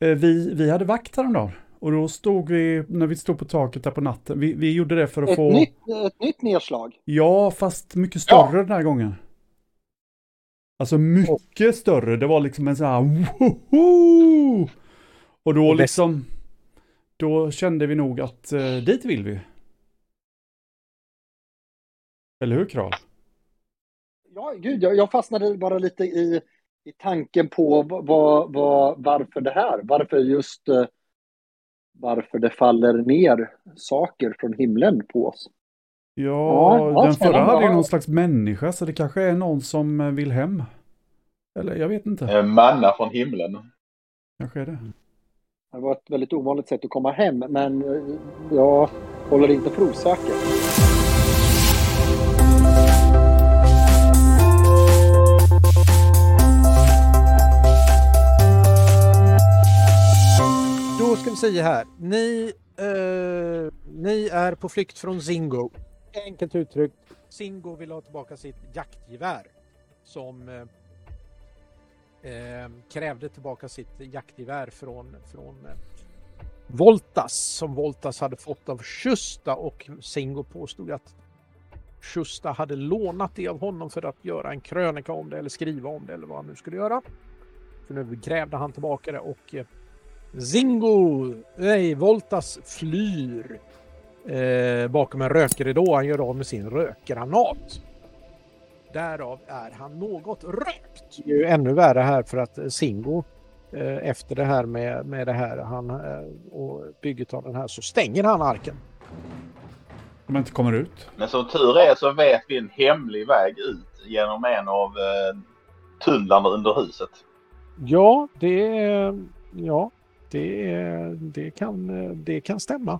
eh, vi, vi hade vakt häromdagen. Och då stod vi, när vi stod på taket där på natten, vi, vi gjorde det för att Ett, få... nytt, ett nytt nedslag. Ja, fast mycket större den här gången. Alltså mycket större. Det var liksom en sån här woho! Och då Och bäst- liksom, då kände vi nog att eh, dit vill vi. Eller hur Kral? Ja, gud, jag, jag fastnade bara lite i, i tanken på vad, vad, vad, varför det här. Varför just eh, varför det faller ner saker från himlen på oss. Ja, Ja, den förra spännande. hade ju någon slags människa, så det kanske är någon som eh, vill hem. Eller jag vet inte. Eh, Manna från himlen. Kanske är det. Det var ett väldigt ovanligt sätt att komma hem, men eh, jag håller inte för osäker. Då ska vi säga här. Ni, eh, ni är på flykt från Zingo. Enkelt uttryckt. Zingo vill ha tillbaka sitt jaktgevär som eh, eh, krävde tillbaka sitt jaktgevär från, från eh, Voltas som Voltas hade fått av Schusta och Zingo påstod att Schusta hade lånat det av honom för att göra en krönika om det eller skriva om det eller vad han nu skulle göra. För nu grävde han tillbaka det och eh, Zingo, nej, Voltas flyr eh, bakom en rökridå. Han gör av med sin rökgranat. Därav är han något rökt. Det är ju ännu värre här för att Zingo eh, efter det här med, med det här han, eh, och bygget av den här så stänger han arken. Om jag inte kommer ut. Men som tur är så vet vi en hemlig väg ut genom en av eh, tunnlarna under huset. Ja, det, ja, det, det, kan, det kan stämma.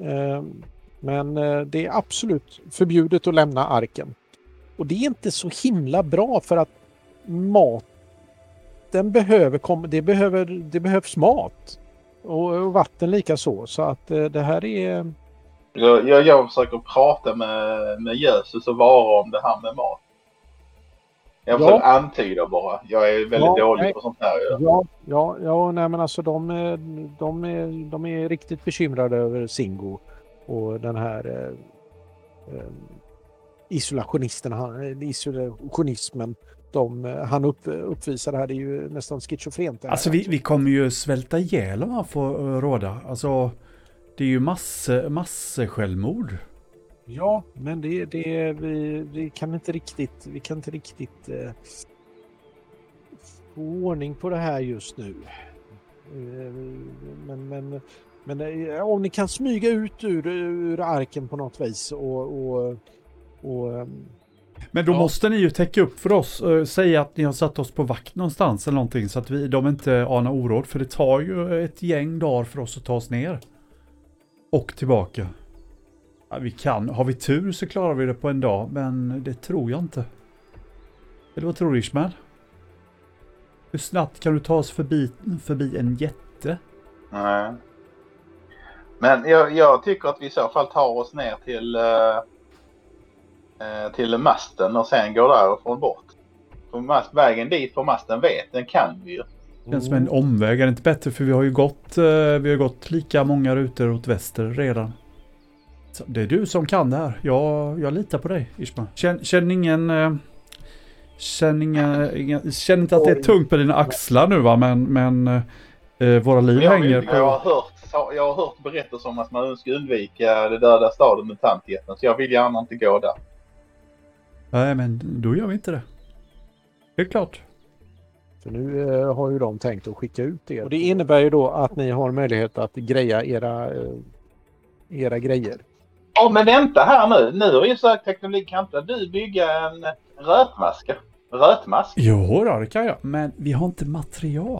Eh, Men eh, det är absolut förbjudet att lämna arken. Och det är inte så himla bra för att maten behöver, kom- det behöver det behövs mat. Och, och vatten lika så. Så att eh, det här är... Jag, jag, jag försöker prata med, med Jesus och Vara om det här med mat. Jag Ja. försöker antyda bara. Jag är väldigt Ja, dålig nej. på sånt här. ju. Ja, ja, ja nej men alltså de, eh, de, är, de är riktigt bekymrade över Singo och den här eh, eh, isolationisten, han, eh, isolationismen de, eh, han upp, uppvisar här. Det är ju nästan schizofrent. det här. Alltså vi, vi kommer ju svälta ihjäl om han får eh, råda. Alltså, det är ju mass, mass självmord. Ja, men det, det, vi, vi kan inte riktigt, vi kan inte riktigt eh, få ordning på det här just nu. Eh, men men, men eh, om ni kan smyga ut ur, ur arken på något vis och, och, och ehm, Men då Ja. måste ni ju täcka upp för oss. eh, Säga att ni har satt oss på vakt någonstans eller någonting så att vi, de inte anar oråd. För det tar ju eh, ett gäng dagar för oss att ta oss ner. Och tillbaka. Ja, vi kan. Har vi tur så klarar vi det på en dag, men det tror jag inte. Eller vad tror du Ishmael? Hur snabbt kan du ta oss förbi, förbi en jätte? Nej. Men jag, jag tycker att vi i så fall tar oss ner till, eh, eh, till masten och sen går därifrån bort. För mast, vägen dit på masten vet, den kan vi ju. Känns som en omväg. Är det inte bättre? För vi har ju gått, eh, vi har gått lika många rutor åt väster redan. Så det är du som kan det här. Jag, jag litar på dig, Ishma. Känn, känn ingen... eh, Känn, inga, inga, känn inte att det är tungt på dina axlar nu va, men, men eh, eh, våra liv Jag, hänger jag, har på... hört, jag har hört berättelser om att man ska undvika det döda staden med tantjätten. Så jag vill gärna inte gå där. Nej, men då gör vi inte det. Det är klart. För nu eh, har ju de tänkt att skicka ut er. Och det innebär ju då att ni har möjlighet att greja era, eh, era grejer. Åh men vänta här nu. Nu har ju sökt teknologi. Kan inte du bygga en rötmaska? Rötmask? Jo, då, det kan jag. Men vi har inte material.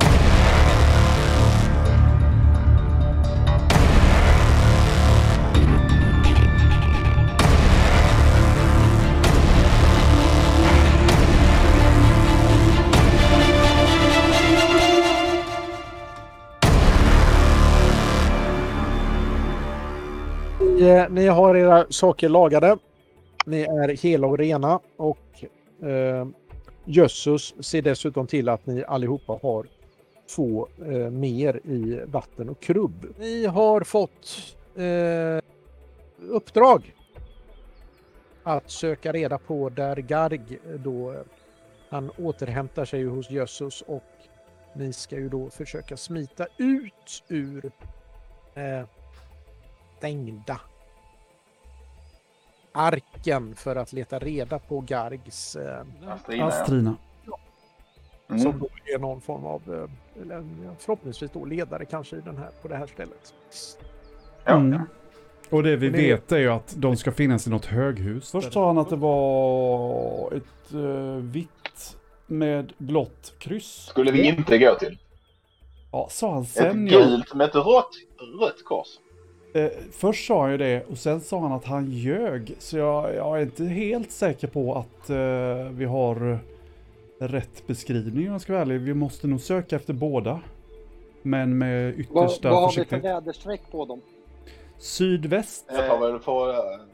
Ni, Eh, ni har era saker lagade. Ni är hela och rena och eh, Jössus ser dessutom till att ni allihopa har två eh, mer i vatten och krubb. Ni har fått eh, uppdrag att söka reda på där Garg då eh, han återhämtar sig ju hos Jössus och ni ska ju då försöka smita ut ur eh, stängda arken för att leta reda på Gargs eh, Astrina, ja. Astrina. som Mm. då är någon form av, eh, eller en- förhoppningsvis då ledare kanske i den här, på det här stället. Ja. Mm. Och det vi Och det- vet är ju att de ska finnas i något höghus. Först sa han att det var ett eh, vitt med blått kryss. Skulle vi inte gå till. Ja, sa han Ett sen ja. gult med ett rött, rött kors. Eh, först sa han ju det och sen sa han att han ljög. Så jag, jag är inte helt säker på att eh, vi har rätt beskrivning om jag ska vara ärlig. Vi måste nog söka efter båda. Men med Vad, yttersta vad har vi för försiktighet. väderstreck på dem? Sydväst. Jag tar väl, för,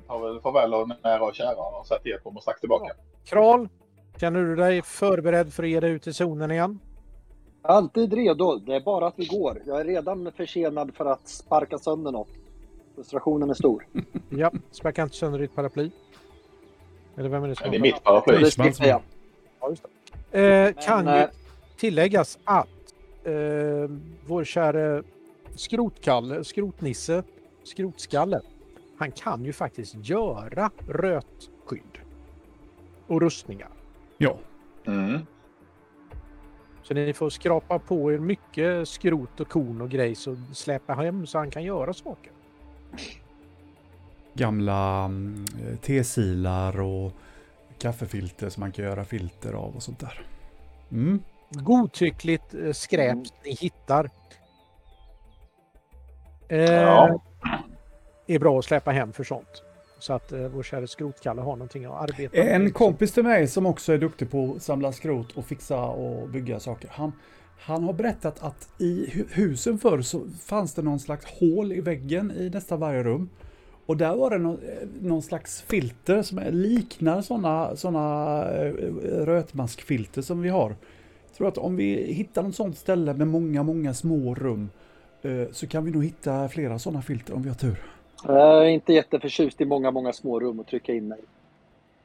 tar väl farväl av nära och kära och så att jag kommer strax tillbaka. Kral, känner du dig förberedd för att ge dig ut i zonen igen? Alltid redo. Det är bara att vi går. Jag är redan försenad för att sparka sönder något. Frustrationen är stor. Ja, sparka inte sönder ditt paraply. Eller vem är det Men som det är har- mitt paraply. det Isman skippar jag. Ja, just det. Eh, Men, kan ju eh, tilläggas att eh, vår käre skrotkalle, skrotnisse, skrotskalle, han kan ju faktiskt göra röt skydd och rustningar. Ja. Mm. Så ni får skrapa på er mycket skrot och korn och grejs och släpa hem så han kan göra saker. Gamla mm, tesilar och kaffefilter som man kan göra filter av och sånt där. Mm. Godtyckligt eh, skräp Mm. ni hittar. Eh, Ja. Är bra att släpa hem för sånt. Så att eh, vår kära skrotkalle har någonting att arbeta med. En kompis till mig som också är duktig på att samla skrot och fixa och bygga saker. Han, han har berättat att i hu- husen förr så fanns det någon slags hål i väggen i nästan varje rum. Och där var det någon, eh, någon slags filter som är- liknar sådana såna, eh, rötmaskfilter som vi har. Jag tror att om vi hittar något sånt ställe med många, många små rum eh, så kan vi nog hitta flera sådana filter om vi har tur. Jag är inte jätteförtjust i många, många små rum att trycka in mig.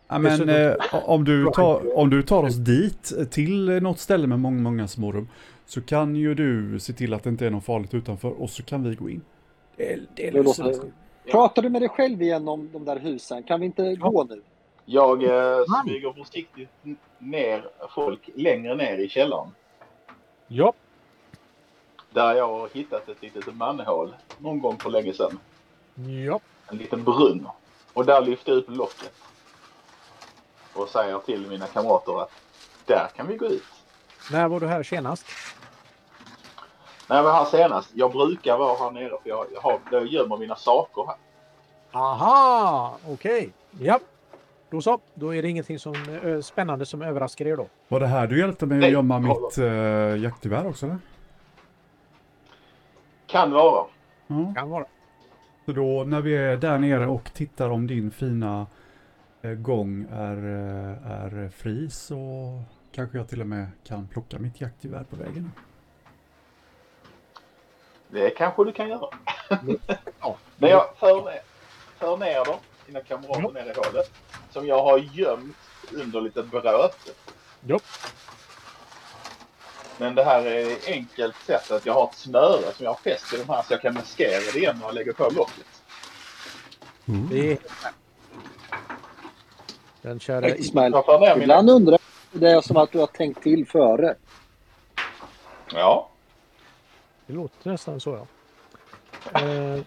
Ja, men Dessutom- eh, om, du Bra. tar, om du tar oss dit eh, till eh, något ställe med många, många små rum så kan ju du se till att det inte är något farligt utanför och så kan vi gå in. Det, är- det är Det lösen. låter- Pratar du med dig själv igen om de där husen? Kan vi inte gå nu? Jag eh, smyger försiktigt n- ner folk längre ner i källaren. Ja, Där jag har hittat ett litet manhål någon gång för länge sedan. ja. En liten brunn. Och där lyfter jag upp locket. Och säger till mina kamrater att där kan vi gå ut. När var du här senast? När jag var här senast, jag brukar vara här nere för jag, jag, har, jag gömmer mina saker här. Aha, okej. Ja, då så. Då är det ingenting som, ö, spännande som överraskar er då. Var det här du hjälpte mig att Nej, gömma kolla. mitt eh, jaktgevär också? Eller? Kan vara. Ja. Kan vara. Så då när vi är där nere och tittar om din fina eh, gång är, eh, är fri så kanske jag till och med kan plocka mitt jaktgevär på vägen. Det kanske du kan göra. Ja. Men jag för ner, för ner dem, mina kamrater ner i hålet. Som jag har gömt under lite bröt. Ja. Men det här är ett enkelt sätt att jag har ett snöre som jag fäster de här så jag kan maskera det igen när jag lägger på locket. Det är helt rätt. Den kära... Ismail, Jag för ner mina... ibland undrar jag det är som att du har tänkt till före. Ja. Det låter nästan så, ja. Eh,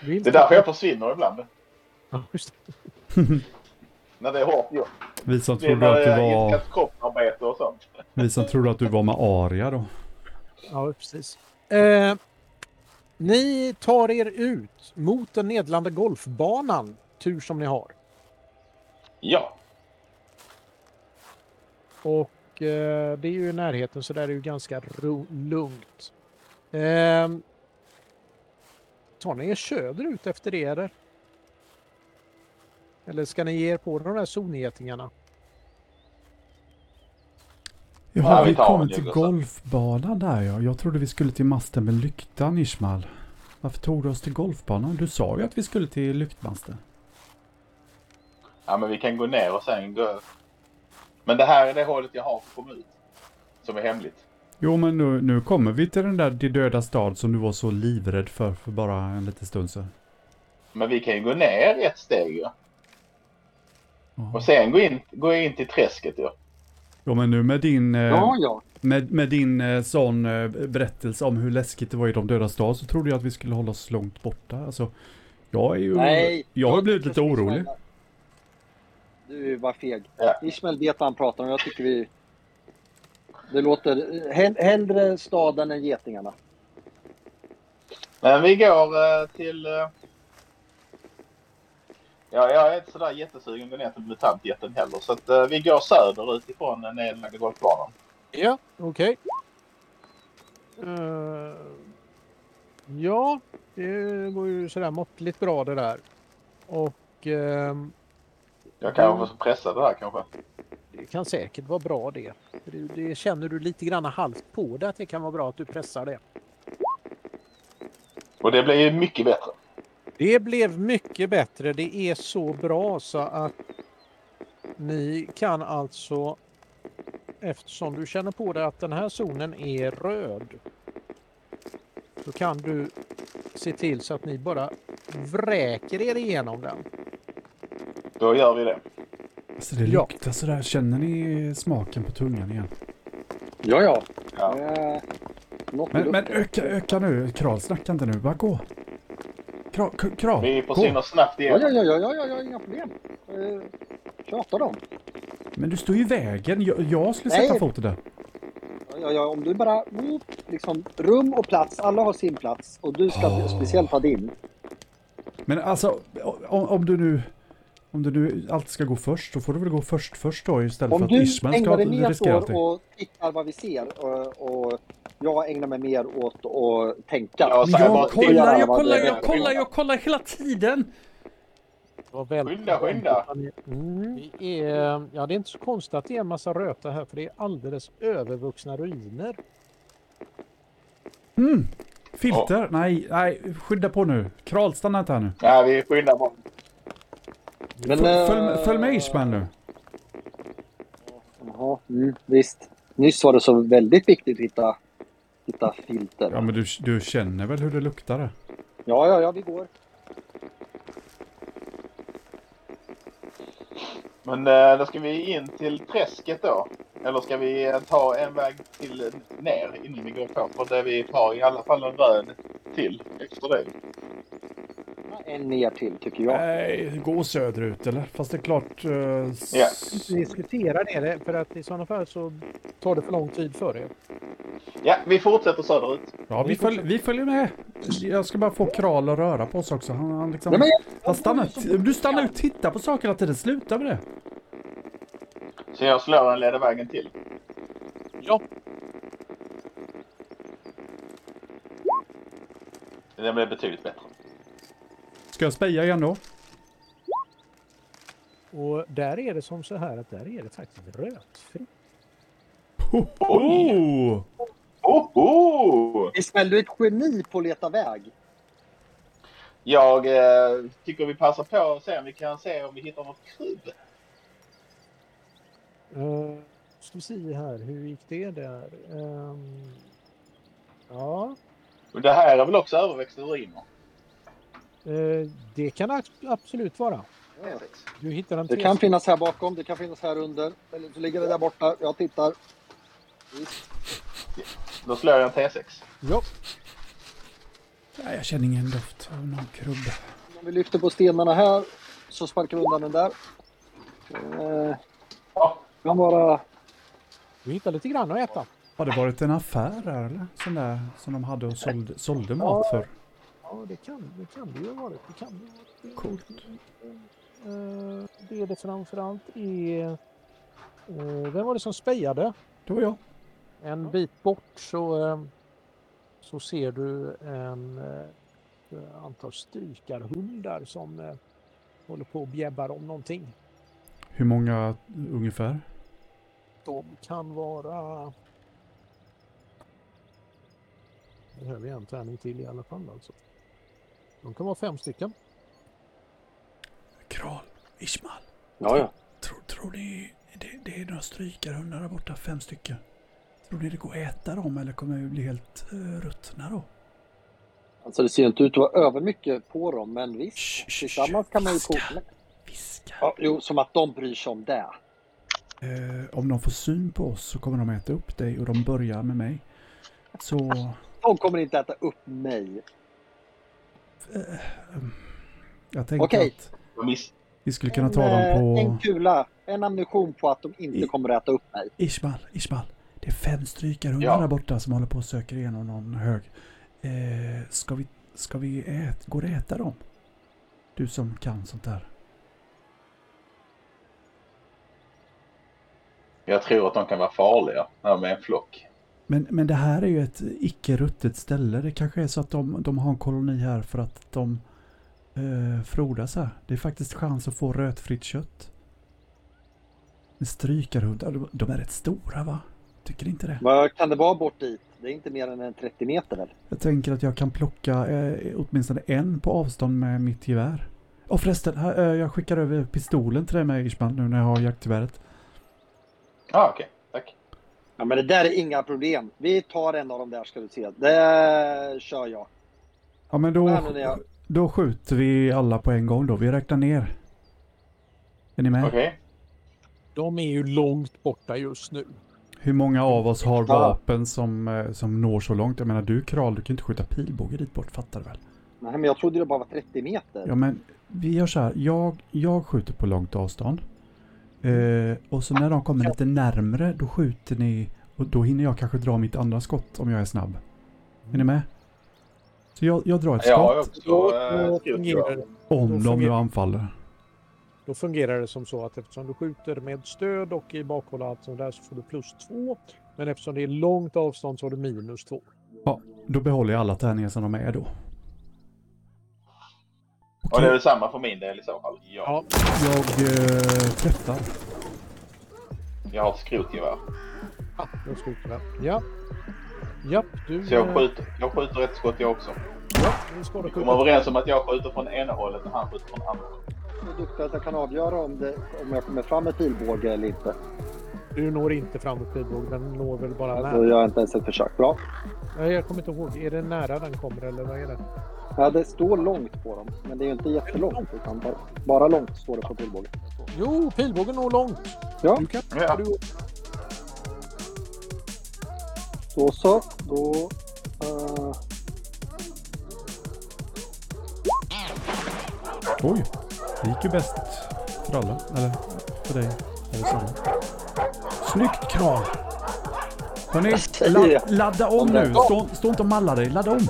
vill- Det är därför jag försvinner ibland. Ja, just det. När det är hårt jobb. Vi som Det eh, är trodde när att det du är var, ett kroppsarbete och sånt. vi som trodde att du var med Aria då. Ja, precis. Eh, ni tar er ut mot den nedlande golfbanan, tur som ni har. Ja. Och eh, det är ju i närheten så där är det ju ganska ro- lugnt. Ehm, tar ni er söderut efter det eller? Eller ska ni ge er på de där zongetingarna? Jag Ja, har vi vi tar kommit den, till Gustav. golfbanan där ja. Jag trodde vi skulle till masten med lyktan Ishmael. Varför tog du oss till golfbanan? Du sa ju att vi skulle till lyktmasten. Ja, men vi kan gå ner och sen gå... Men det här är det hålet jag har på ut. Som är hemligt. Jo men nu, nu kommer vi till den där De döda stad som du var så livrädd för för bara en liten stund sedan. Men vi kan ju gå ner ett steg ju. Ja. Och sen gå in, gå in till träsket ju. Jo men nu med din, eh, Ja, ja. med, med din eh, sån eh, berättelse om hur läskigt det var i De döda stad så trodde jag att vi skulle hålla oss långt borta. Alltså, jag är ju... Nej. jag har blivit lite orolig. Du var feg. Ja. Ismail vet vad han pratar om. Jag tycker vi... Det låter... Hell, hellre staden än getingarna. Men vi går eh, till... eh, Ja, jag är inte sådär jättesugen att gå ner till mutantjätten heller. Så att, eh, vi går söderut ifrån den nedlagda golfbanan. Ja, okej. Eh, ja, det går ju sådär måttligt bra det där. Och ehm, Jag kan få pressa det här kanske. det kan säkert vara bra det. För Det, det känner du lite grann halvt på det att det kan vara bra att du pressar det. Och det blir ju mycket bättre. Det blev mycket bättre. Det är så bra så att ni kan alltså eftersom du känner på dig att den här zonen är röd så kan du se till så att ni bara vräker er igenom den. Då gör vi det. Alltså det Ja. luktar sådär. Känner ni smaken på tungan igen? Ja, ja. Ja. Eh, något Men, i men luften. öka, öka nu. Kral, snacka inte nu. Bara gå. Kral, k- kral Vi är på gå. sin och snabbt Ja, igen. ja, ja, ja, ja, ja, ja, inga problem. Eh, tjata dem. Men du står ju i vägen. Jag, jag skulle Nej. sätta foten där. Ja, ja, ja, om du bara... mm, Liksom, rum och plats. Alla har sin plats. Och du ska Åh. speciellt ha din. Men alltså, om, om du nu... Om du nu alltid ska gå först, så får du väl gå först först då istället Om för att du Ishmael ska ägnar dig mer riskera åt allting. och tittar vad vi ser och, och jag ägnar mig mer åt att tänka. Ja, så här Alltså, Jag bara- kollar, jag kollar, jag kollar, jag kollar hela tiden! Var väl- Skynda, skynda! Mm. Det är, ja, det är inte så konstigt att det är en massa röta här för det är alldeles övervuxna ruiner. Mm. Filter? Nej, nej, skynda på nu. Kral, stanna inte här nu. Nej, vi skyndar bara. Men, Följ, eh, följ, följ med Ishmael nu. Jaha, mm, visst. Nyss var det så väldigt viktigt att hitta, hitta filter. Ja, men du, du känner väl hur det luktar? där? Ja, ja, ja, vi går. Men eh, då ska vi in till träsket då. Eller ska vi eh, ta en väg till ner innan vi går på? För det vi tar i alla fall en röd till efter det. En ner till tycker jag. Nej, gå söderut eller? Fast det är klart... eh, s- Ja. Diskutera det där, för att i sådana fall så tar det för lång tid för er. Ja, vi fortsätter söderut. Ja, vi, följ, vi följer med. Jag ska bara få Kral att röra på sig också. Han, han liksom... Nej, men jag- han stannar, du stannar och tittar på saker hela tiden. Sluta med det. Så jag slår en leder vägen till. Ja, Den blir betydligt bättre. Ska jag speja igen då? och där är det som så här att där är det faktiskt rötfritt. Ho, ho. Oh! Oho! Ismael, du är ett geni på att leta väg. Jag eh, tycker vi passar på och ser om vi kan se om vi hittar något kryp. Uh, ska vi se här, hur gick det där? Ehm, ja, Och Det här är väl också överväxta uriner? eh, det kan ab- absolut vara. Du hittar en Det kan finnas här bakom, det kan finnas här under. Eller så ligger det där borta. Jag tittar. Visst. Då slår jag en T6. Ja, Nej, jag känner ingen doft av någon krubba. Om vi lyfter på stenarna här så sparkar vi undan den där. Eh, Ja, kan vara... du hittar lite grann att äta. Har det varit en affär där eller? Sån där som de hade och sålde, sålde mat för? Ja, det kan det, kan det ju ha varit. Det kan det ju ha varit. Coolt. Eh, det det framförallt är... eh, vem var det som spejade? Det var jag. En bit bort så, eh, så ser du en eh, antal strykarhundar som eh, håller på och bjäbbar om någonting. Hur många ungefär? de kan vara... Det behöver jag en tärning till i alla fall alltså. De kan vara fem stycken. Kral, Ismael, Ja, ja. tror, tror ni det, det är några strykarhundar där borta, fem stycken? Tror ni det går att äta dem eller kommer vi bli helt uh, ruttna då? Alltså det ser ju inte ut att vara över mycket på dem, men visst. Shh, shh, Tillsammans kan man ju flaska. koka. Viska. Ja, jo, som att de bryr sig om det. Eh, om de får syn på oss så kommer de äta upp dig och de börjar med mig. Så... De kommer inte äta upp mig. Jag tänkte Okej. att Jag miss- vi skulle kunna ta En, dem eh, på... En kula, en ammunition på att de inte I- kommer äta upp mig. Ismael, Ismael. Det är fem strykarhundar Ja. där borta som håller på och söker igenom någon hög. Eh, ska vi... Ska vi ät, Går det att äta dem? Du som kan sånt där. Jag tror att de kan vara farliga när de är en flock. Men, men det här är ju ett icke-ruttet ställe. Det kanske är så att de, de har en koloni här för att de eh, frodas här. Det är faktiskt chans att få rötfritt kött. Men Strykarhundar, de- de är rätt stora va? Tycker inte det? Vad kan det vara bort dit? Det är inte mer än en 30 meter väl? Jag tänker att jag kan plocka eh, åtminstone en på avstånd med mitt gevär. Och förresten, här, eh, jag skickar över pistolen till dig med Ishman nu när jag har jaktgeväret. Ja, ah, okej. Tack. Ja, men det där är inga problem. Vi tar en av dem där ska du se. Det kör jag. Ja men Nej, då, men jag- då skjuter vi alla på en gång då. Vi räknar ner. Är ni med? Okej. De är ju långt borta just nu. Hur många av oss har Ja. vapen som, eh, som når så långt? Jag menar du Kral, du kan inte skjuta pilbåge dit bort, fattar du väl? Nej, men jag trodde det bara var 30 meter. Ja men vi gör så här, jag, jag skjuter på långt avstånd. Eh, och så när de kommer lite närmre, då skjuter ni och då hinner jag kanske dra mitt andra skott om jag är snabb. Är ni med? Så jag, jag drar ett Jag har ju skott också Då- eh, då styrka. fungerar det. om de nu fungerar- anfaller. Då fungerar det som så att eftersom du skjuter med stöd och i bakhåll och allt sånt där så får du plus två. Men eftersom det är långt avstånd så har du minus två. Då behåller jag alla tärningar som de är då. Och Okej, det är detsamma för min del i så fall. Ja. Ja, jag eh, träffar. Jag har ett skrotgevär. då skjuter den. Ja. Japp, du... Ah. eh, Så jag skjuter, jag skjuter ett skott jag också. Ja, nu ska du Vi kommer skjuta. överens om att jag skjuter från ena hållet och han skjuter från andra. hållet. Så duktig att jag kan avgöra om, det, om jag kommer fram med pilbåge eller inte. Du når inte fram mot pilbågen, den når väl bara Så nära. Alltså, jag har inte ens ett försök. Bra. Nej, jag kommer inte ihåg. Är det nära den kommer eller vad är det? Ja, det står långt på dem, men det är ju inte jättelångt. Utan bara, bara långt står det på pilbågen. Jo, pilbågen når långt. Ja. Du kan... Ja. Du... Då så. Då... eh, Oj, det gick ju bäst för alla. Eller för dig. Eller så. Snyggt Kral! Hörni, Jag säger la, det. ladda om nu. Stå, stå inte och malla dig. Ladda om.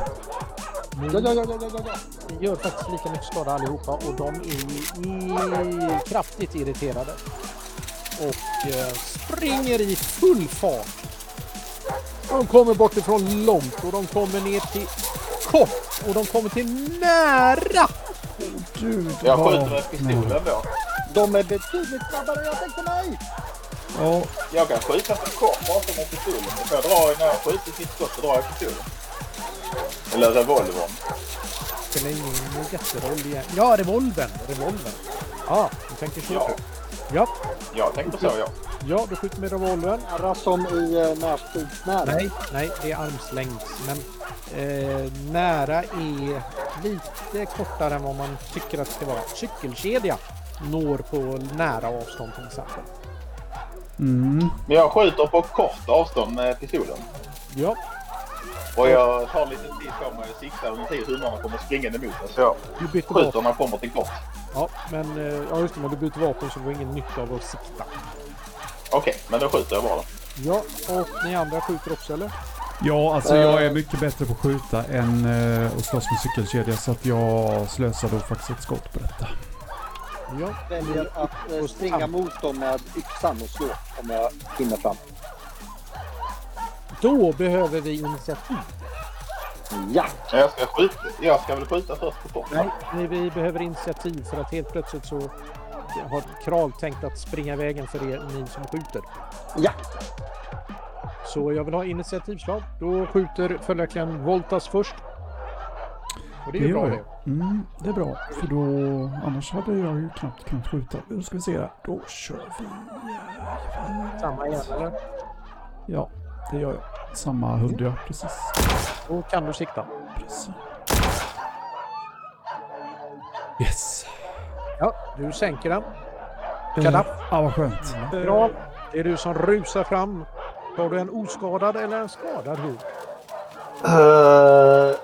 ja, ja, ja, ja, ja, ja. Ni gör faktiskt lika mycket skada allihopa och de är i- kraftigt irriterade. Och eh, springer i full fart. De kommer bort ifrån långt och de kommer ner till kort och de kommer till nära. Du, Jag skjuter med pistolen då. De är betydligt snabbare än jag tänkte mig! Ja, Jag kan skjuta från kort bakom med pistolen. Då får jag dra, när jag skjuter mitt skott så drar jag pistolen. Eller revolvern. Spelar ingen jätteroll igen. Ja, revolvern. Revolvern. Ja, du tänker så. Ja. Ja, Jag tänker så ja. ja, du skjuter med revolvern. Nära som i eh, närstridsnära. Nej, nej, det är armslängds. Men eh, nära är lite kortare än vad man tycker att det ska vara. Cykelkedja når på nära avstånd till exempel. mm, Men jag skjuter på kort avstånd med pistolen. Ja, Och jag tar lite tid på mig att sikta under tiden hundarna kommer springande mot mig. Så jag du byter skjuter vapen. när jag kommer till kort. Ja, men eh, ja, just det, när du byter vapen så får du ingen nytta av att sikta. Okej, men då skjuter jag bara. Ja, och ni andra skjuter också eller? ja, alltså jag är mycket bättre på att skjuta än eh, att slåss med cykelkedja så att jag slösar då faktiskt ett skott på detta. Ja, väljer att eh, springa mot dem med yxan och slå om jag hinner fram. då behöver vi initiativ. Ja! Men Jag ska, skjuta. jag ska väl skjuta först på kort. Nej, vi behöver initiativ för att helt plötsligt så har Kral tänkt att springa vägen för er ni som skjuter. Ja. Så jag vill ha initiativslag. Då skjuter följaktligen Voltas först. Och det är ju bra gör det. jag. Mm, det är bra. För då, annars hade jag ju knappt kunnat skjuta. Nu ska vi se här. Då kör vi. Samma igen eller? Ja, det gör jag. Samma hund, ja. Precis. Då kan du sikta. precis. Yes. Ja, du sänker den. Eh, Kadaff. Ja, vad skönt. Kral, det är du som rusar fram. Tar du en oskadad eller en skadad hund? Eh,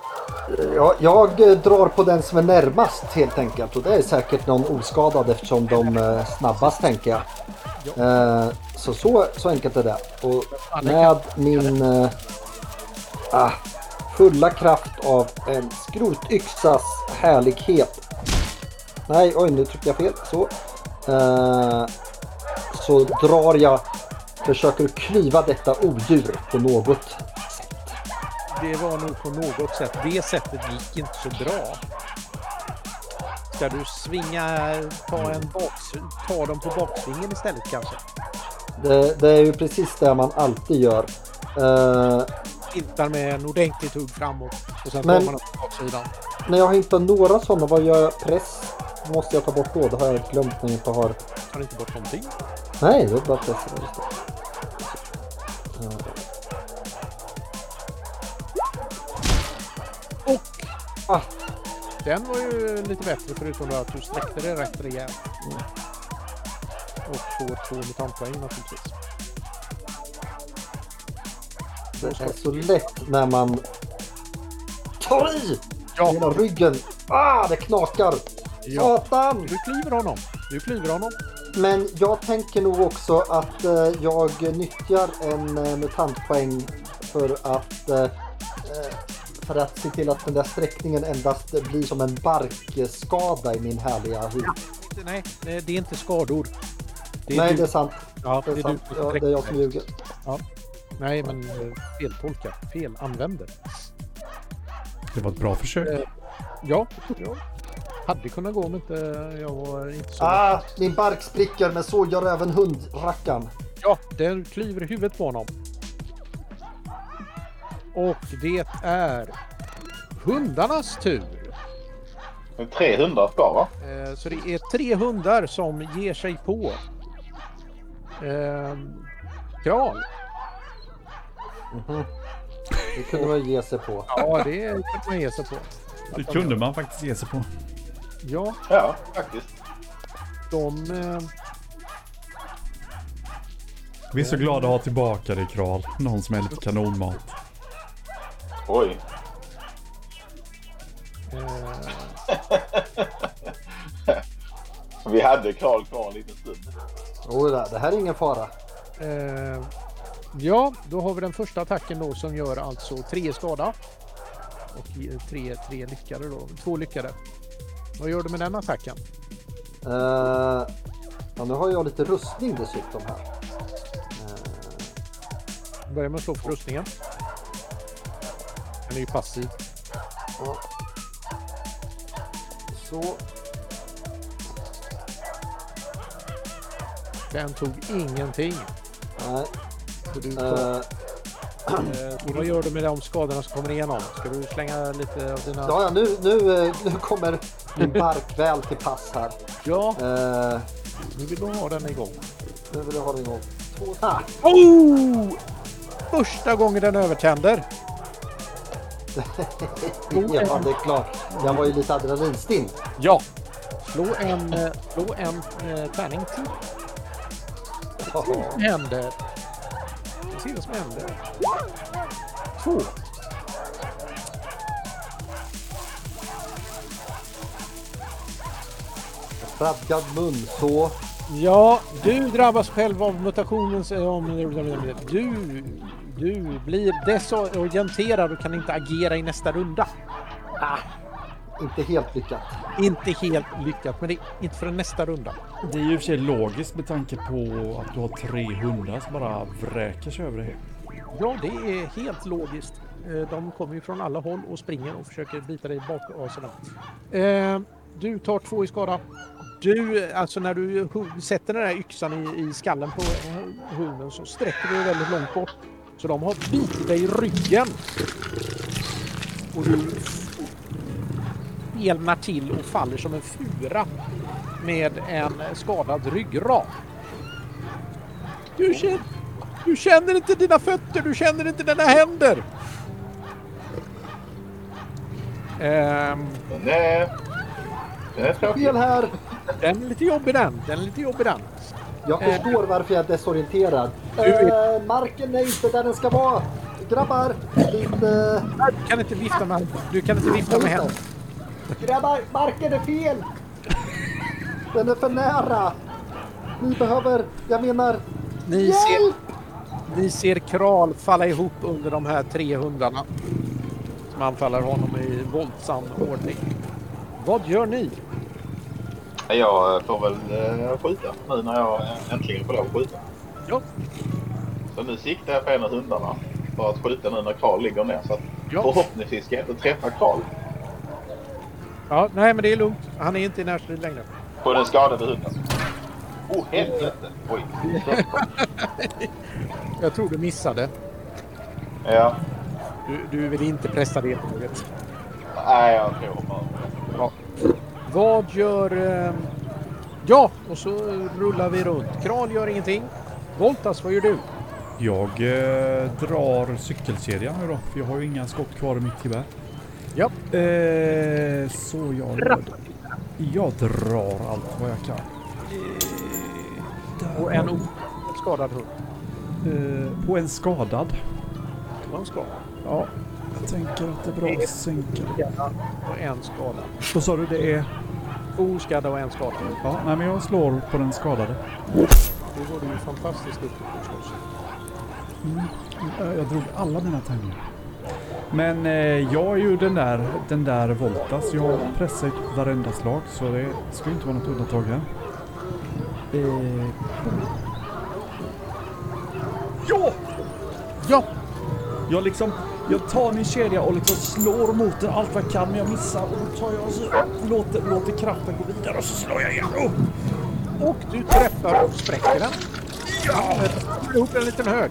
ja, jag eh, drar på den som är närmast helt enkelt och det är säkert någon oskadad eftersom de är snabbast tänker jag. Eh, så, så så enkelt är det. Och med min eh, ah, fulla kraft av en skrotyxas härlighet. Nej, oj nu tryckte jag fel. Så. Eh, så drar jag, försöker klyva detta odjur på något Det var nog på något sätt. Det sättet gick inte så bra. Ska du svinga, ta, en baks, ta dem på baksvingen istället kanske? Det, det är ju precis det man alltid gör. Eh, Hintar med en ordentlig tugg framåt och sen Men- tar man dem på baksidan. när jag har hittat några sådana, vad gör jag? Press måste jag ta bort då? Det har jag glömt när jag inte har... Tar inte bort någonting. Nej, det är bara press. Ja, just det. Och Ah. den var ju lite bättre förutom att du sträckte det rätt rejält. Och får två mutantpoäng naturligtvis. Det är så lätt när man tar i Ja, hela ryggen. Ah, det knakar! ja. Satan! Du klyver honom. Du klyver honom. Men jag tänker nog också att eh, jag nyttjar en eh, mutantpoäng för att, eh, eh, för att se till att den där sträckningen endast blir som en barkskada i min härliga hud. Inte- Nej, nej, det är inte skador. Det är Nej, du. det är sant. ja, Det är, sant. du som Ja, sträcker det är jag som dig. ljuger. Nej, men eh, feltolkar. Felanvänder. Det var ett bra försök. Ja, ja. Hade kunnat gå om inte jag var inte så... Ah, min bark spricker, men så gör även hundrackan. Ja, den klyver huvudet på honom. Och det är hundarnas tur. Det är 300 kvar va? Eh, Så det är tre hundar som ger sig på ehm, Kral. Det kunde man ge sig på. Ja, det kan man ge sig på. Det kunde man faktiskt ge sig på. Ja, Ja, faktiskt. de... eh, Vi är så glada att ha tillbaka dig Kral. Någon som är lite kanonmat. Oj. eh, Vi hade Karl kvar en liten stund. Oh, det här är ingen fara. Eh, ja, då har vi den första attacken då som gör alltså tre skada. Och i- tre, tre lyckade då. Två lyckade. Vad gör du med den attacken? Eh, ja, nu har jag lite rustning dessutom här. Eh, Börja med att slå för rustningen. Den är ju passiv. Ja. Så. Den tog ingenting. Nej. Så du tar, eh, eh, vad gör du med de skadorna som kommer igenom? Ska du slänga lite av dina... ja, ja, nu, nu, eh, nu kommer min bark väl till pass här. Ja, Eh, nu vill du ha den igång. nu vill jag ha den igång. Två- Ah, Oh! Första gången den övertänder. oh. ja, det är klart. Jag var ju lite adrenalinstinn. Ja. Slå en, eh, slå en eh, tärning till. Jaha. händer. Vi ser vad som händer. Två. Radgad mun, så. Ja, du drabbas själv av mutationen. säger om- Du, du blir desorienterad och kan inte agera i nästa runda. Inte helt lyckat. Inte helt lyckat, men det är inte förrän nästa runda. Det är ju i och för sig logiskt med tanke på att du har tre hundar som bara vräker sig över dig. Ja, det är helt logiskt. Eh, De kommer ju från alla håll och springer och försöker bita dig i bakaserna. Eh, Du tar två i skada. du, alltså när du hu- sätter den där yxan i, i skallen på eh, hunden så sträcker du dig väldigt långt bort. Så de har bitit dig i ryggen. Och du elnar till och faller som en fura med en skadad ryggrad. Du känner, du känner inte dina fötter, du känner inte dina händer. Ehm, Den är... Den eh, är tråkig. Fel här! den är lite jobbig den. Den är lite jobbig den. Jag Eh. förstår varför jag är desorienterad. är- Eh, marken är inte där den ska vara. Grabbar! eh, Lite... Du kan inte vifta med, du kan inte vifta med händerna. Grabbar, marken är fel! Den är för nära! Ni behöver, jag menar, Ni ser, hjälp! ni ser Kral falla ihop under de här tre hundarna. Som anfaller honom i våldsam ordning. Vad gör ni? Jag eh, får väl eh, skjuta nu när jag eh, äntligen får lov att skjuta. Ja. Så nu siktar jag på en av hundarna för att skjuta nu när Karl ligger ner. Så att Ja. förhoppningsvis ska jag inte träffa Karl Ja, nej men det är lugnt. Han är inte i närstrid längre. på den skadade hunden. Oh helvete! Oj. Jag tror du missade. Ja, Du, du vill inte pressa det tåget. nej jag tror bara... Vad gör... ehm, Ja, och så rullar vi runt. Kral gör ingenting. Voltas, vad gör du? Jag eh, drar cykelkedjan nu då, för jag har ju inga skott kvar i mitt gevär. Ja. Eh, så jag... Jag drar allt vad jag kan. Eh, Och där. en skadad hund. eh, på en skadad. En skadad. Ja, jag tänker att det är bra att sänka. Och en skadad. Vad sa du det är? Två skadade och en skadad. Ja, nej men jag slår på den skadade. Då var du ju fantastiskt duktig på att slåss. Eh, Jag drog alla mina tärningar. Men eh, jag är ju den där, den där Voltas. Jag pressar ju typ varenda slag så det ska ju inte vara något undantag här. Eh, ja! Ja! Jag liksom, jag tar min kedja och liksom slår mot den allt vad jag kan men jag missar och då tar jag och så låter, låter kraften gå vidare och så slår jag igen. Oh! Och du träffar och spräcker den. Ja! Du ihop en liten hög.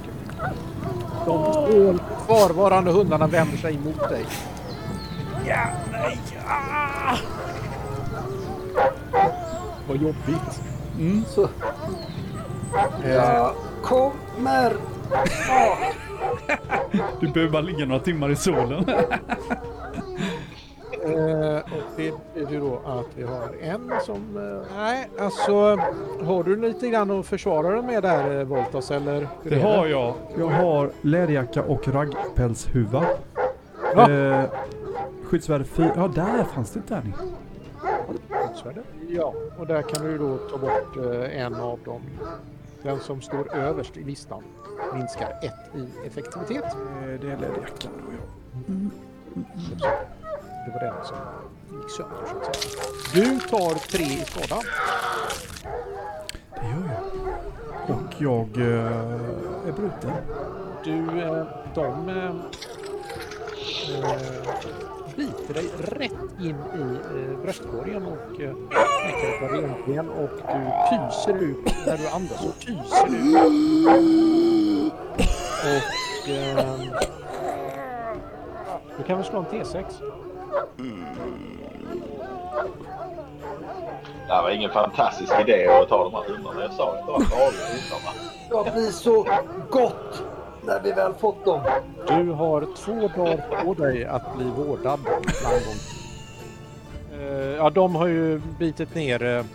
De kvarvarande hundarna vänder sig mot dig. Ja, nej, ah! Vad jobbigt. Så, jag kommer! Du behöver bara ligga några timmar i solen. Eh, och det är ju då att vi har en som... Eh, nej, alltså har du lite grann att försvara dig med där, eh, Voltas, eller? hur Det är har jag. Jag har läderjacka och raggpälshuva. Va? Eh, skyddsvärde 4. Ja, där fanns det tärning. skyddsvärde. Ja, och där kan du ju då ta bort eh, en av dem. Den som står överst i listan minskar ett i effektivitet. Eh, det är läderjackan. då, ja. Det var den som gick sönder så att säga. Du tar tre i skada. Det gör jag. Och jag eh, är bruten. Du, eh, de eh, eh, biter dig rätt in i eh, bröstkorgen och eh, knäcker ett par revben och du pyser ut när du andas. Så pyser du ut. Och... Eh, du kan väl slå en T6? Det här var ingen fantastisk idé att ta de här hundarna. Jag sa att det var farliga hundarna. Jag blir så gott när vi väl fått dem. Du har två dagar på dig att bli vårdad bland dem. Eh, ja, de har ju bitit ner eh,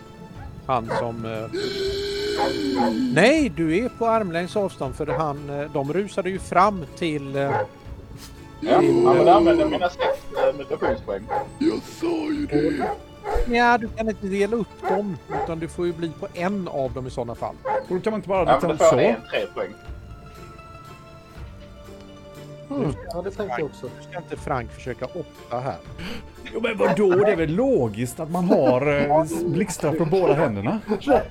han som... eh, Nej, du är på armlängds avstånd för han, eh, de rusade ju fram till... eh, Ja, ja, men jag använder mina sex eh, mutationspoäng. Nja, du kan inte dela upp dem utan du får ju bli på en av dem i sådana fall. Och då kan man inte bara Ja, liksom men då så. får jag en tre poäng. Ja, det tänkte jag också. Nu ska inte Frank försöka åtta här. Jo, men vadå? Det är väl logiskt att man har eh, blixtar på båda händerna? När,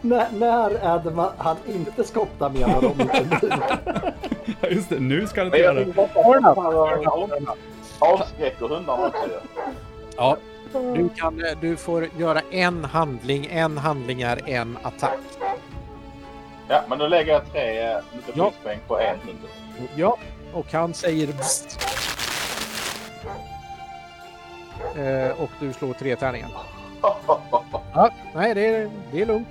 när, när är det man, han inte ska opta menar de inte nu. Ja, Just det, nu ska det inte Men göra jag det. tror att jag avskräcker hundarna också. ju. Ja, Du, kan, eh, du får göra en handling. En handling är en attack. Ja, men då lägger jag tre eh, lite Ja. pluspoäng på en minut. Ja, och han säger... Psst. Eh, och du slår tre tärningar. Ja, nej, det är, det är lugnt.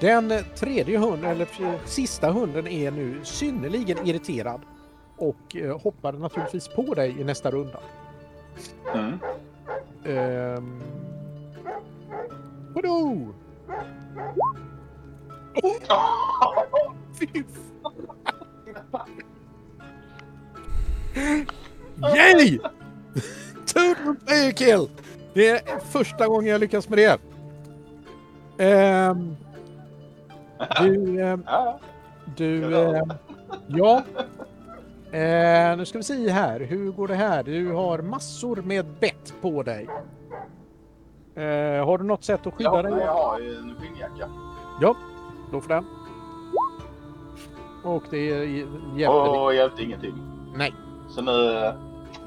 Den tredje hunden, eller f- sista hunden, är nu synnerligen irriterad och eh, hoppar naturligtvis på dig i nästa runda. Mm. Ehm... Vadå? Fy fan! Yay! Turbo player kill! Det är första gången jag lyckas med det. Ehm, du, ehm, Ja, du, Ska vi ehm, ja. Eh, nu ska vi se här, hur går det här? Du har massor med bett på dig. Eh, har du något sätt att skydda jag, dig? jag har ju en skinnjacka. Slå för den. Och det hjälper dig. Och hjälpte ingenting. Nej. Så nu... eh,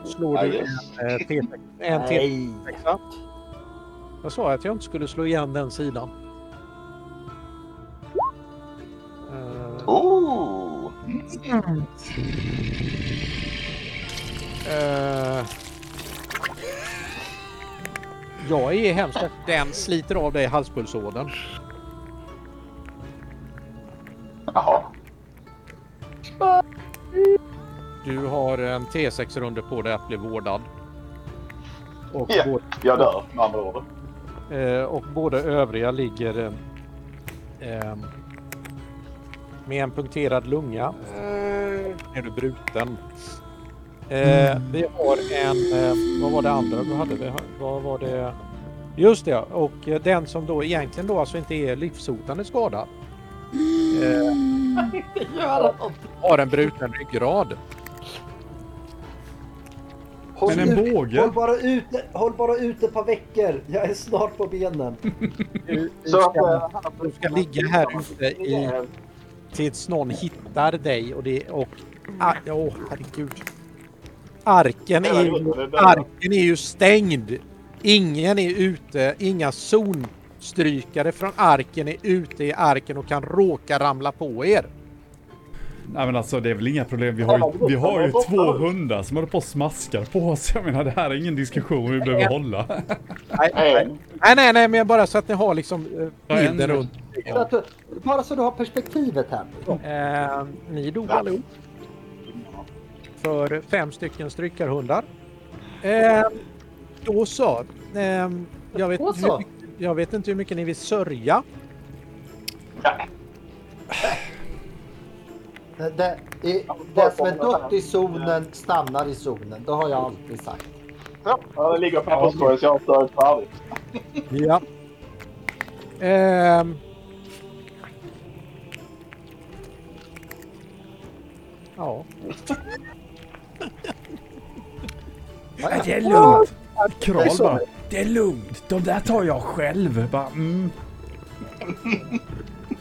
Slår Ja, du just. en eh, T6. En T6. va? Jag sa att jag inte skulle slå igen den sidan. Eh, Oh! Eh. Jag är hemskt att den sliter av dig halspulsådern. Jaha. Du har en T6 runder på dig att bli vårdad. Och, Ja. bå- Jag dör med andra ord. eh, och båda övriga ligger eh, eh, med en punkterad lunga. Är du bruten? Eh, vi har en... Eh, vad var det andra du hade? Vi har- Vad var det? Just det, ja. och eh, den som då egentligen då alltså inte är livshotande skadad. Eh, har en bruten ryggrad. Håll, Men en ut, håll, båge? bara ut, håll bara ut ett par veckor. Jag är snart på benen. Så att... eh, Du ska ligga här ute i, tills någon hittar dig och det och... ah, Åh, herregud. Arken är, ju- det där- arken är ju stängd. Ingen är ute, inga zonstrykare från arken är ute i arken och kan råka ramla på er. Nej men alltså det är väl inga problem. Vi har ju, vi har ju två hundar som håller på och smaskar på oss. Jag menar det här är ingen diskussion vi behöver hålla. en. Nej, nej, nej, men bara så att ni har liksom eh, Ja, en bilden runt. Så att du, bara så du har perspektivet här. Eh, ni dog allihop. För fem stycken strykarhundar. Eh, då så. Eh, jag, vet Då inte så. hur, jag vet inte hur mycket ni vill sörja. Det, det, det, det som är dött i zonen stannar i zonen. Det har jag alltid sagt. Ja, det ligger på papperskorgen så jag har stört färdigt. Ja. Eh, ja. Det är lugnt. Kral bara. Det är lugnt. De där tar jag själv. Bara, mm.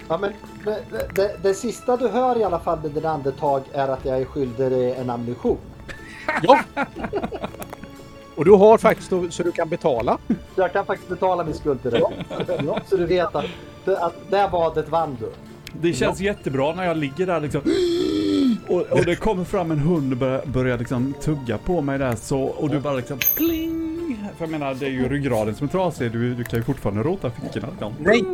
Ja, men, det, det, det sista du hör i alla fall med dina andetag är att jag är skyldig dig en ammunition. Och du har faktiskt då- så du kan betala. Så jag kan faktiskt betala min skuld till dig. Ja, så du vet att, att det här badet vann du. Det känns jättebra när jag ligger där liksom. Och, och det kommer fram en hund och börjar, börjar liksom tugga på mig där så och du bara liksom pling. För jag menar det är ju ryggraden som är trasig. Du, du kan ju fortfarande rota fickorna. Liksom. Nej.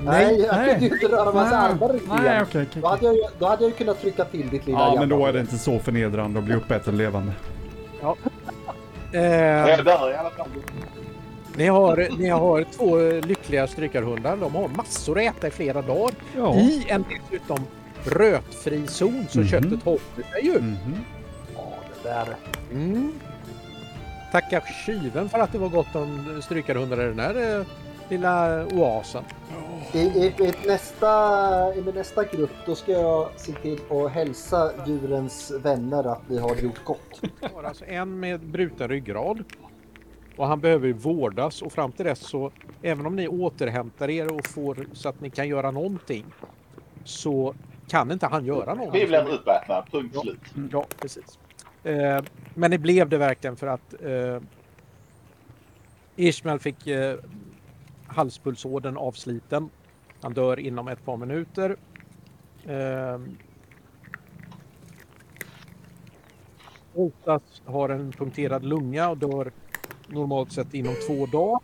Nej, jag nej. kunde ju inte röra massa Nej. armar riktigt. Nej, igen. okej, okej, Då, hade jag, ju- då hade jag ju kunnat trycka till ditt lilla Ja jävla men då är huvud. det inte så förnedrande att bli uppäten levande. Eh, Jag dör i alla fall. ni, har, ni har två eh, lyckliga strykarhundar. De har massor att äta i flera dagar. Ja. I en dessutom rötfri zon så Mhm. köttet håller sig ju. Mhm. Ja, det där. Mm. Tacka tjuven för att det var gott om strykarhundar i den här eh, lilla oasen. I, i, i, ett nästa, I min nästa grupp då ska jag se till att hälsa djurens vänner att vi har gjort gott. Vi har alltså en med bruten ryggrad. Och han behöver ju vårdas och fram till dess så även om ni återhämtar er och får så att ni kan göra någonting så kan inte han göra någonting. Vi blev uppätna, punkt slut. Ja, precis. Eh, men det blev det verkligen för att eh, Ishmael fick eh, halspulsådern avsliten. Han dör inom ett par minuter. Ehm. Otas har en punkterad lunga och dör normalt sett inom två dagar.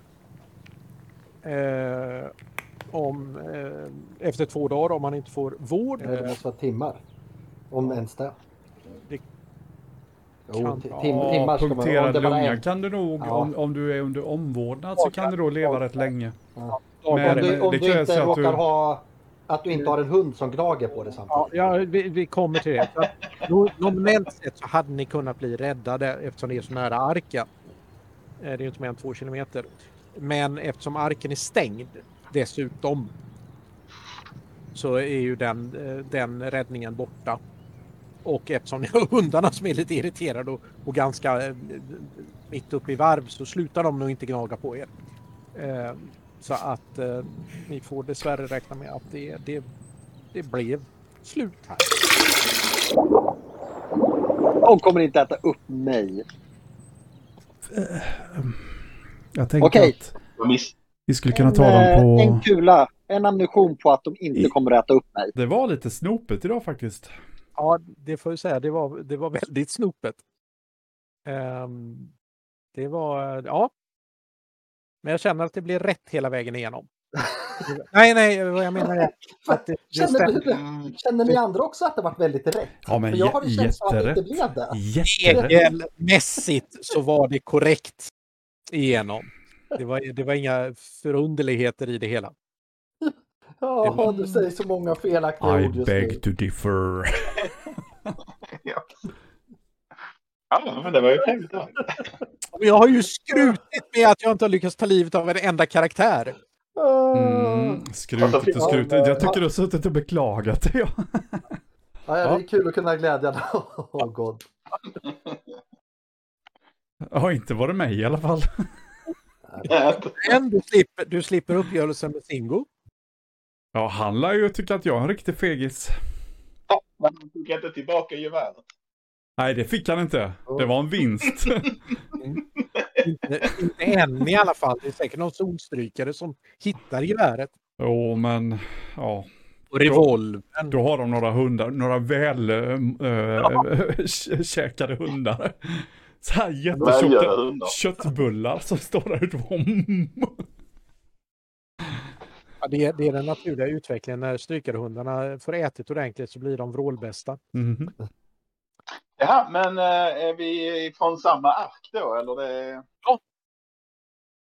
Eh, om, eh, efter två dagar om han inte får vård. Eh, Eh, Eller det måste vara timmar. Om ens det. Det Jo, kan- ti- tim, Ja, timmar ska man... om det punkterad bara är- lunga kan du nog, Ja. om, om du är under omvårdnad så kan du då leva rätt länge. Om Men- du, om det du krävs inte att du- råkar ha... Att du inte har en hund som gnager på det samtidigt. Ja, ja vi, vi kommer till det. Så att, no- nominellt sett så hade ni kunnat bli räddade eftersom det är så nära arken. Eh, Det är ju inte mer än två kilometer. Men eftersom arken är stängd dessutom så är ju den, eh, den räddningen borta. Och eftersom ni har hundarna som är lite irriterade och, och ganska eh, mitt uppe i varv så slutar de nog inte gnaga på er. Eh, Så att eh, ni får dessvärre räkna med att det, det, det blev slut här. De kommer inte äta upp mig. Jag tänkte Okej. att Jag miss- vi skulle kunna ta en, dem eh, på... en kula, en ammunition på att de inte I- kommer äta upp mig. Det var lite snopet idag faktiskt. Ja, det får jag säga. Det var, det var väldigt snopet. Ehm, det var, ja. Men jag känner att det blir rätt hela vägen igenom. nej, nej, vad jag menar är att det, det Känner, stämmer. du, känner ni andra också att det varit väldigt rätt? Ja, men För jag har jä- ju känslan att det inte jätterätt. blev det. Jätterätt. Regelmässigt så var det korrekt igenom. Det var, det var inga förunderligheter i det hela. Ja, du säger så många felaktiga ord I just nu. beg to differ. Ja, men det var ju trevligt. då. Men jag har ju skrutit med att jag inte har lyckats ta livet av en enda karaktär. Ah. Mm, skrutet och skrutet. Jag tycker du har suttit och beklagat det. Ja, det är kul att kunna glädja dig. Åh, God. Jag har inte varit med i alla fall. Men du slipper, du slipper uppgörelsen med Singo. Ja, han lär ju tycka att jag är en riktig fegis. Men han tog inte tillbaka geväret. Nej, det fick han inte. Det var en vinst. Inte, inte än i alla fall. Det är säkert någon solstrykare som hittar geväret. Jo, men ja. Och revolvern. Då har de några hundar, några väl äh, äh, käkade hundar. Så här Välgöra jättekötta hundar. köttbullar som står där ute. Ja, det, är- det är den naturliga utvecklingen. När strykarhundarna får ätit ordentligt så blir de vrålbästa. Mhm. Ja, men eh, är vi från samma ark då? Eller det...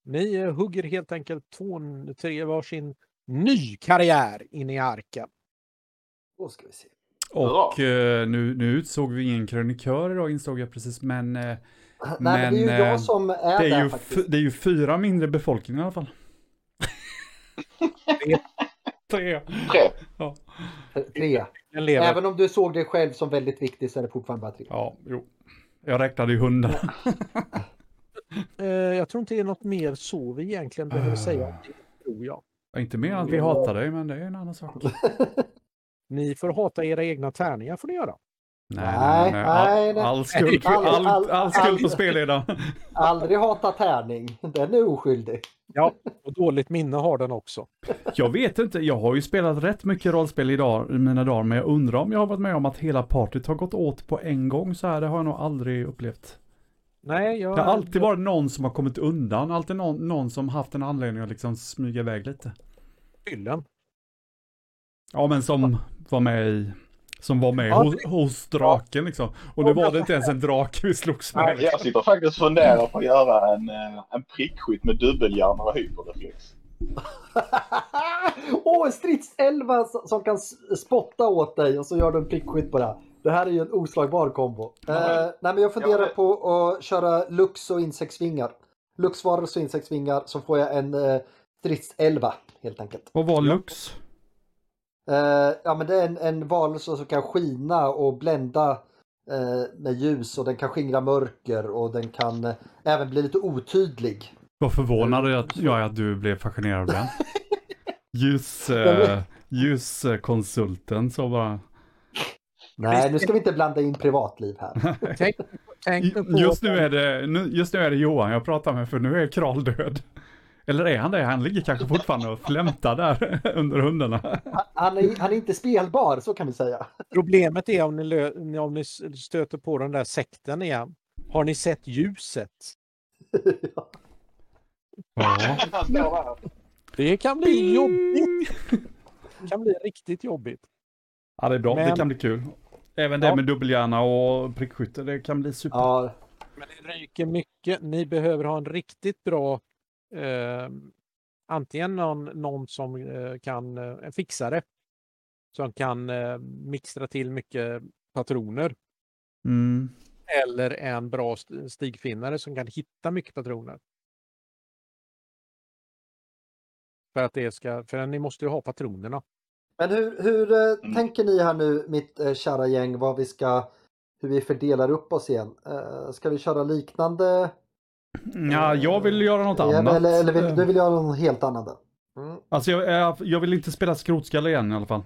Ni eh, hugger helt enkelt två, tre varsin ny karriär in i arken. Då ska vi se. Och eh, nu, nu utsåg vi ingen krönikör idag insåg jag precis, men eh, Nej, men, Men, det är ju eh, jag som är, det, är där ju f- faktiskt. det är ju fyra mindre befolkning i alla fall. Tre. Tre. Tre. Ja, Tre. Den lever. Även om du såg dig själv som väldigt viktig så är det fortfarande bara tre. ja jo. Jag räknade ju hundar. Eh, jag tror inte det är något mer så vi egentligen behöver Ah. säga. om det, Tror jag. Inte mer än att vi hatar dig, men det är en annan sak. Nej, Ni får hata era egna tärningar får ni göra. Nej, nej, nej. All skuld, All- all, all, all- skuld all- på spelledaren. Aldrig hata tärning. Den är oskyldig. Ja, och dåligt minne har den också. Jag vet inte, jag har ju spelat rätt mycket rollspel idag, i mina dagar, men jag undrar om jag har varit med om att hela partyt har gått åt på en gång så här. Det har jag nog aldrig upplevt. Nej, jag... Det har alltid varit någon som har kommit undan, alltid någon, någon som haft en anledning att liksom smyga iväg lite. fyllen. Ja, men som var med i, som var med Ja, hos, hos draken liksom. Och nu var det inte ens en drake vi slogs med. Jag sitter faktiskt och funderar på att göra en, eh, en prickskytt med dubbelhjärna och hyperreflex. Åh, en stridselva s- som kan s- spotta åt dig och så gör du en prickskytt på det. här. Det här är ju en oslagbar kombo. Ja. Eh, nej, men jag funderar Ja, men- på att köra lux och insektsvingar. Luxvarelse och insektsvingar så får jag en eh, stridselva helt enkelt. Vad var Lux? Eh, ja, men det är en, en varelse som kan skina och blända eh, med ljus och den kan skingra mörker och den kan eh, även bli lite otydlig. Vad förvånad jag, jag är att du blev fascinerad av den. Ljus, eh, ljuskonsulten som bara... Nej, nu ska vi inte blanda in privatliv här. Tänk, tänk nu på Just nu, är det, nu- just nu är det Johan jag pratar med för nu är Kral död. Eller är han det? Han ligger kanske fortfarande och flämtar där under hundarna. Han är, han är inte spelbar, så kan vi säga. Problemet är om ni, lö- om ni s- stöter på den där sekten igen. Har ni sett ljuset? Ja. Han står där. Det kan bli jobbigt. Det kan bli riktigt jobbigt. Ja, det är bra. Det Men- kan bli kul. Även det Ja. med dubbelhjärna och prickskytte, det kan bli super. Ja, Men det ryker mycket. Ni behöver ha en riktigt bra eh, antingen någon, någon som eh, kan eh, en fixare som kan eh, mixtra till mycket patroner Mm. eller en bra st- stigfinnare som kan hitta mycket patroner. För att det ska, för ni måste ju ha patronerna. Men hur, hur eh, tänker ni här nu, mitt eh, kära gäng, vad vi ska, hur vi fördelar upp oss igen? Eh, ska vi köra liknande? Ja, jag vill göra något annat. Eh, Eller, eller vill, du vill göra något helt annat? Mm. Alltså jag, jag- jag vill inte spela skrotskalle igen i alla fall.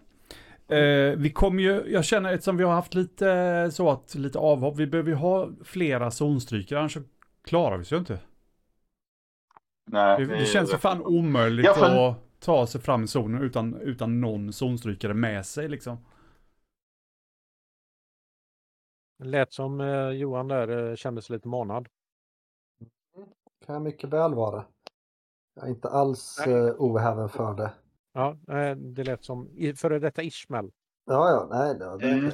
Eh, vi kommer ju, jag känner eftersom vi har haft lite eh, så att lite avhopp, vi behöver ju ha flera zonstrykare annars så klarar vi oss ju inte. Nej, Det, det är känns ju rätt. fan omöjligt eh, Ja, för- att ta sig fram i zonen utan, utan någon zonstrykare med sig liksom. Det lät som eh, Johan där eh, kändes lite manad. Kan jag mycket väl vara. Jag är inte alls Nej. eh, ohäven för det. Ja, eh, det lät som i- före detta Ishmael. Ja, ja, nej, nej, det, Mm.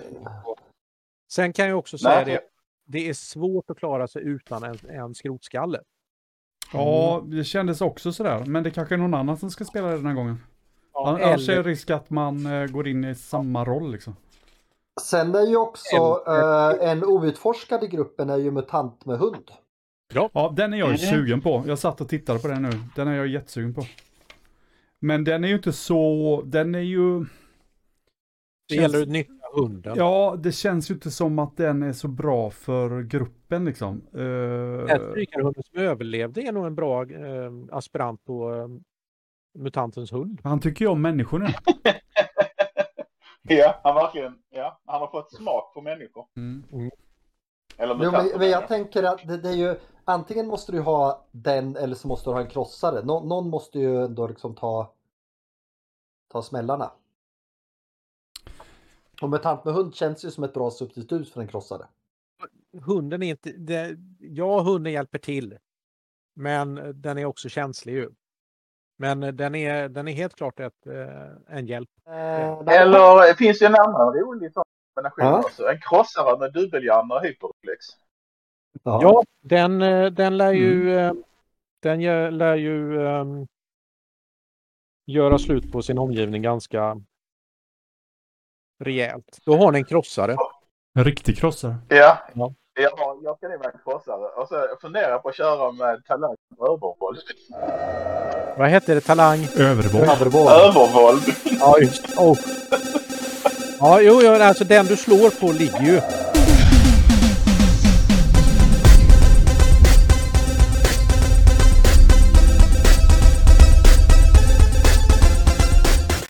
Sen kan jag också säga Nej, det, det är svårt att klara sig utan en, en skrotskalle. Ja, det kändes också sådär. Men det kanske är någon annan som ska spela det den här gången. Ann- Annars är det Eller, risk att man eh, går in i samma roll liksom. Sen är ju också eh, en outforskad i gruppen är ju mutant med hund. Ja, den är jag ju sugen på. Jag satt och tittade på den nu. Den är jag jättesugen på. Men den är ju inte så, den är ju, det gäller att nyttja hunden. ja det känns ju inte som att den är så bra för gruppen liksom. Eh, Den strykarhunden som överlevde är nog en bra eh, aspirant på eh, mutantens hund. han tycker ju om människor nu. Ja, han verkligen. Ja, han har fått smak på människor. Eller Jo, men, mutanter. men jag tänker att det, det är ju antingen måste du ha den eller så måste du ha en krossare. Nå, någon måste ju ändå liksom ta, ta smällarna. Och mutant med hund känns ju som ett bra substitut för en krossare. Hunden är inte... Det, ja, hunden hjälper till. Men den är också känslig ju. Men den är, den är helt klart ett, eh, en hjälp. Eh, Eller eh, finns det en annan rolig sån kombination Ja. också? En krossare med dubbelhjärna och hyperreflex. Ja. Ja, den, eh, den lär ju, eh, den gö- lär ju ehm, göra slut på sin omgivning ganska rejält. Då har ni en krossare. En riktig krossare. Ja. Ja. ja. Jag ska nog vara en krossare. Och så funderar jag på att köra med talang och övervåld. Vad heter det? Talang? Övervåld. Överbord. Övervåld! Ja, just oh. Ja, jo, jo, alltså den du slår på ligger ju.